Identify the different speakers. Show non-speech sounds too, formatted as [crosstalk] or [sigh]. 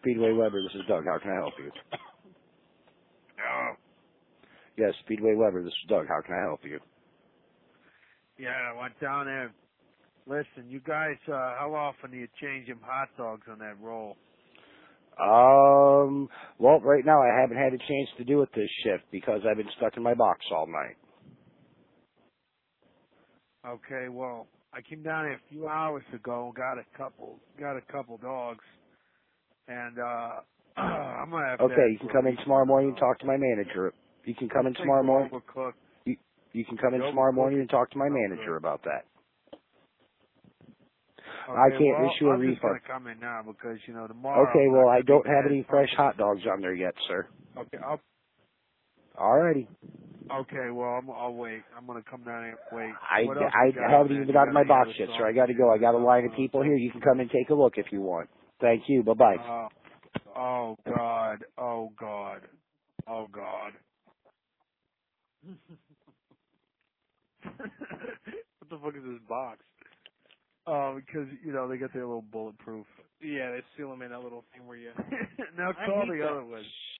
Speaker 1: Speedway Weber. This is Doug. How can I help you?
Speaker 2: Oh,
Speaker 1: Yes, Speedway Weber. This is Doug. How can I help you?
Speaker 2: yeah, I went down there. Listen, you guys, uh, how often do you change them hot dogs on that roll?
Speaker 1: Um, well, right now I haven't had a chance to do it this shift because I've been stuck in my box all night.
Speaker 2: Okay, well, I came down here a few hours ago and got a couple, got a couple dogs, and uh, [clears throat] [clears throat] I'm gonna have to.
Speaker 1: Okay, you can come in tomorrow morning and talk to my manager. You can come in tomorrow morning.
Speaker 2: Overcooked.
Speaker 1: You can come in
Speaker 2: Nope.
Speaker 1: tomorrow morning and talk to my
Speaker 2: Sounds
Speaker 1: manager
Speaker 2: good.
Speaker 1: about that.
Speaker 2: Okay,
Speaker 1: I can't
Speaker 2: well,
Speaker 1: issue a
Speaker 2: I'm just
Speaker 1: refund.
Speaker 2: gonna come in now because you know tomorrow.
Speaker 1: Okay,
Speaker 2: I'm not
Speaker 1: well I
Speaker 2: gonna
Speaker 1: don't
Speaker 2: be
Speaker 1: have
Speaker 2: there.
Speaker 1: any fresh hot dogs on there yet, sir.
Speaker 2: Okay, I'll,
Speaker 1: Alrighty.
Speaker 2: okay, well, I'm, I'll wait. I'm gonna come down here. and Wait.
Speaker 1: I,
Speaker 2: What else you got,
Speaker 1: I haven't
Speaker 2: man?
Speaker 1: even been
Speaker 2: You
Speaker 1: out of
Speaker 2: got
Speaker 1: my
Speaker 2: any
Speaker 1: box
Speaker 2: other Uh,
Speaker 1: yet, sir.
Speaker 2: songs?
Speaker 1: I got to go. I got a
Speaker 2: Uh-huh.
Speaker 1: line of people here. You can come and take a look if you want. Thank you. Bye bye.
Speaker 2: Oh, oh God, oh God, oh God. what the fuck is this box? Oh, because you know they got their little bulletproof. [laughs]
Speaker 3: Yeah, they seal them in that little thing where you.
Speaker 2: now
Speaker 3: I
Speaker 2: call
Speaker 3: hate
Speaker 2: the
Speaker 3: that
Speaker 2: other one.